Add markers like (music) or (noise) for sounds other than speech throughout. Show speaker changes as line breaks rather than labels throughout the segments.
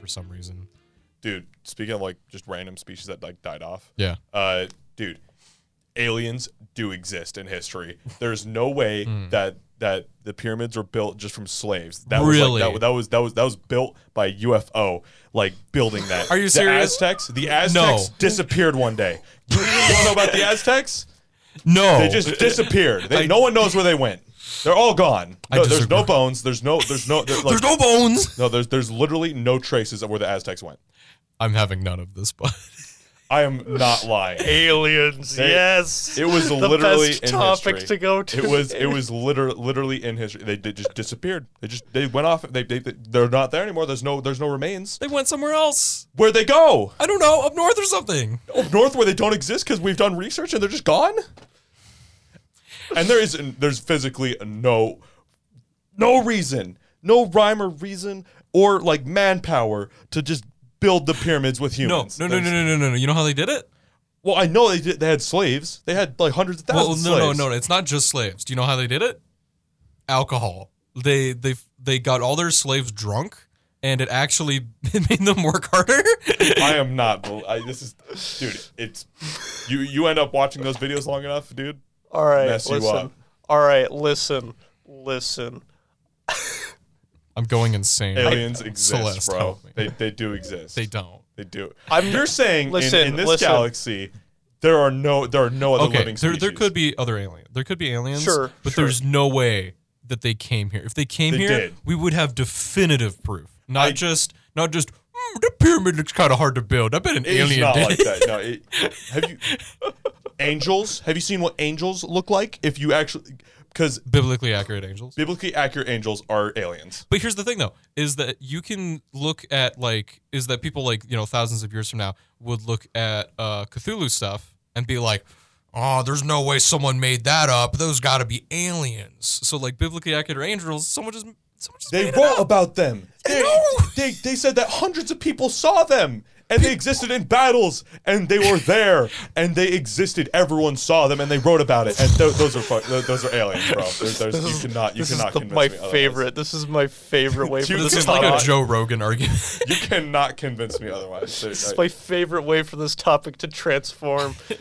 for some reason.
dude. Speaking of like just random species that like died off,
Yeah.
uh, dude, aliens do exist in history. There's
(laughs)
no way
Hmm.
that that the pyramids were built just from slaves. That was
Really?
like, that, that was that was that was built by UFO, like building that.
Are you
the
serious?
Aztecs, the Aztecs disappeared one day.
(laughs)
You don't know about the Aztecs?
No.
They just disappeared. They, no one knows where they went. They're all gone.
I
No, there's
disagree.
no bones. There's no.
(laughs)
There's no. There's,
There's no bones.
No, there's there's literally no traces of where the Aztecs went.
I'm having none of this, but
I am not lying.
Aliens,
They-
yes.
(laughs) It was
the
literally
best
in
topic
history.
to go to.
It was it was liter- literally in history. They, they just disappeared. They just they went off. They, they they're not there anymore. There's no there's no remains.
(laughs) they went somewhere else.
Where they go?
I don't know, up north or something.
Up north where they don't exist because we've done research and they're just gone. And there is there's physically no no reason, no rhyme or reason or like manpower to just build the pyramids with
No,
humans.
no, no, no,
There's-
no, no, no, no. You know how they did it?
Well, I know they did, they had slaves. They had like hundreds of
Well,
thousands.
no,
of
no,
slaves.
no, no. It's not just slaves. Do you know how they did it? Alcohol. They they they got all their slaves drunk, and it actually (laughs) it made them work harder.
I am not. bel- I, this is, dude. It's you. You end up watching those videos long enough, dude.
All right,
mess you
listen.
up.
All right, listen, listen.
I'm going insane.
Aliens
I-
exist,
Celeste,
bro.
help me.
They they do exist.
They don't.
They do.
I'm-
You're saying in- in,
Listen,
this
listen.
galaxy, there are no there are no other
okay,
living
there
species.
there could be other aliens. There could be aliens.
Sure,
but
sure.
there's no way that they came here. If they came
They
here,
did.
we would have definitive proof. Not
I-
just not just "Hmm, the pyramid looks kind of hard to build. I bet an
It's
alien
not
did.
like
it."
that. No. It, have you angels? Have you seen what angels look like? If you actually, because
(laughs) Biblically accurate angels.
biblically accurate angels are aliens.
But here's the thing, though, is that you can look at like is that people like you know thousands of years from now would look at uh, Cthulhu stuff and be like, oh, there's no way someone made that up. Those got to be aliens. So like biblically accurate angels, someone just someone just
They
made
wrote
it up.
about them. They,
know.
they, they said that hundreds of people saw them and they existed in battles and they were there and they existed. Everyone saw them and they wrote about it. And tho- those are fu- tho- those are aliens, bro. There's, there's, you cannot you
This
cannot
is the-
convince
my
me otherwise.
favorite. This is my favorite
(laughs)
way for
You
this.
This is
topic.
like a
cannot-
Joe Rogan argument. (laughs)
You cannot convince me otherwise.
This is my favorite way for this topic to transform. (laughs)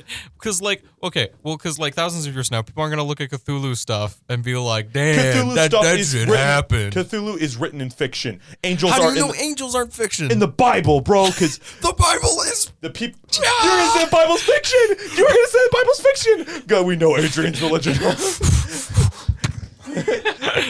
Because like okay, well, because like thousands of years now, people are gonna look at Cthulhu stuff and be like, damn,
Cthulhu
that,
stuff
that
is
shit
written,
happened.
Cthulhu is written in fiction. Angels
How
are
do
in,
you know angels aren't fiction?
in the Bible, bro. Because
the Bible is
The people. You were gonna say the Bible's fiction. You were gonna say the Bible's fiction. God, we know Adrian's religion. (laughs)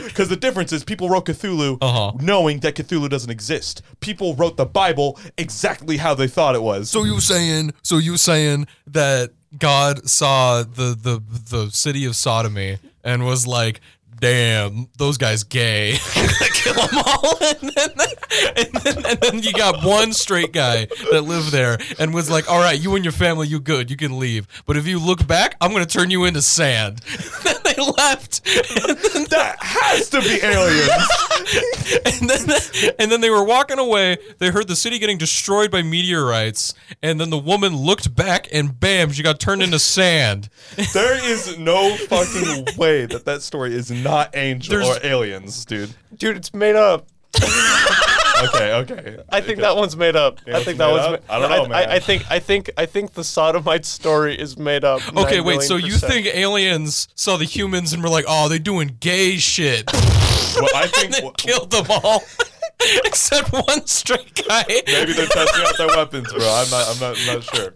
Because the difference is, people wrote Cthulhu
Uh-huh.
knowing that Cthulhu doesn't exist. People wrote the Bible exactly how they thought it was.
So you saying? So you saying that God saw the the the city of sodomy and was like, "Damn, those guys gay, (laughs) kill them all." (laughs) And then, and then and then you got one straight guy that lived there and was like, "All right, you and your family, you good, you can leave. But if you look back, I'm gonna turn you into sand." (laughs) then they left. (laughs) And then
that has to be
(laughs)
aliens.
and then and then they were walking away. They heard the city getting destroyed by meteorites, and then the woman looked back, and bam, she got turned into
(laughs)
sand.
there is no fucking way that that story is not angel
There's-
or aliens, dude.
Dude, it's made up.
Okay, okay.
I think that one's made up. I
it's
think that
made
one's.
up? I don't
I,
know, man.
I, I think. I think. I think the sodomite story is made up.
Okay,
9
wait. So
million
you
percent.
think aliens saw the humans and were like, "Oh, they doing gay
(laughs)
shit,"
Well, I
(laughs) and then
think
killed them all (laughs) except one straight guy.
Maybe they're testing out their weapons, bro. I'm not. I'm not, I'm not sure.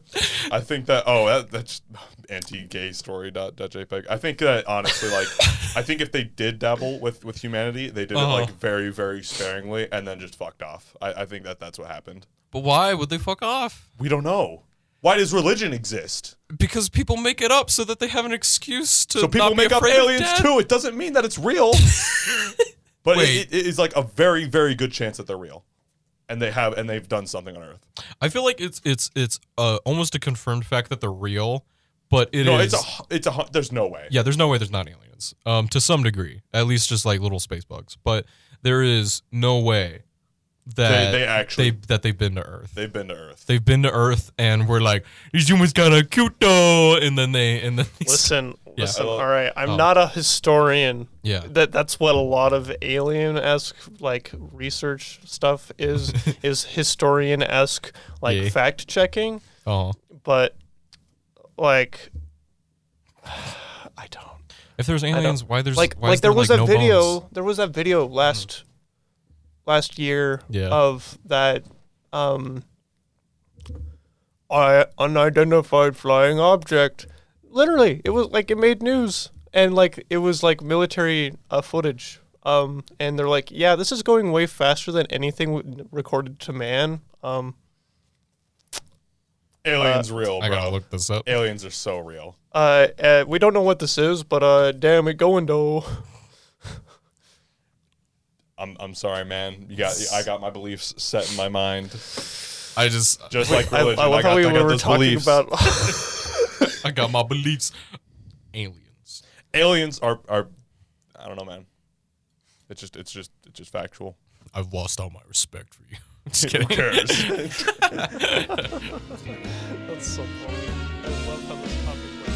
I think that. Oh, that, that's anti-gay story. Dot, dot JPEG. I think that honestly, like, I think if they did dabble with with humanity, they did
Uh-huh.
it like very, very sparingly, and then just fucked off. I, I think that that's what happened.
But why would they fuck off?
We don't know. Why does religion exist?
Because people make it up so that they have an excuse to.
So people
not be
make up
afraid of
aliens
death.
too. It doesn't mean that it's
(laughs)
real. but
Wait.
it, it is like a very, very good chance that they're real, and they have and they've done something on Earth.
I feel like it's it's it's uh, almost a confirmed fact that they're real, but it is.
no, it's a, hu- it's a. hu- There's no way.
Yeah, there's no way there's not aliens. Um, to some degree, at least just like little space bugs. But there is no way that
They- they actually-
they- that they've been to Earth.
They've been to Earth.
They, have (laughs) been to Earth, and we're like, these humans kind of cute though. And then they and then they
Listen, Listen,
Well-
all right, I'm not a historian.
Oh. Yeah.
That that's what a lot of alien-esque like research stuff
(laughs)
is is historian-esque like
Yeah.
fact checking,
Oh.
but like (sighs) I don't
If there's aliens, why there's
like
why is
like there was
like,
that
no
video
bones?
there was that video last last year
Yeah.
of that um I unidentified flying object literally it was like it made news and like it was like military uh, footage um and they're like yeah this is going way faster than anything w- recorded to man um
Aliens real,
Uh, I gotta
Oh, bro.
look this up.
Aliens are so real.
uh, uh we don't know what this is but uh damn it going though
I'm I'm sorry, man. You got I got my beliefs set in my mind,
I
(laughs)
just
just like
I, I
religion. I,
love
got,
how we
I got
were
those
talking
beliefs.
about
I
(laughs)
got my beliefs. Aliens.
Aliens are are I don't know, man. It's just it's just it's just factual.
I've lost all my respect for you. (laughs)
(laughs)
Just kidding.
Who cares?
That's so funny. I love how this topic went.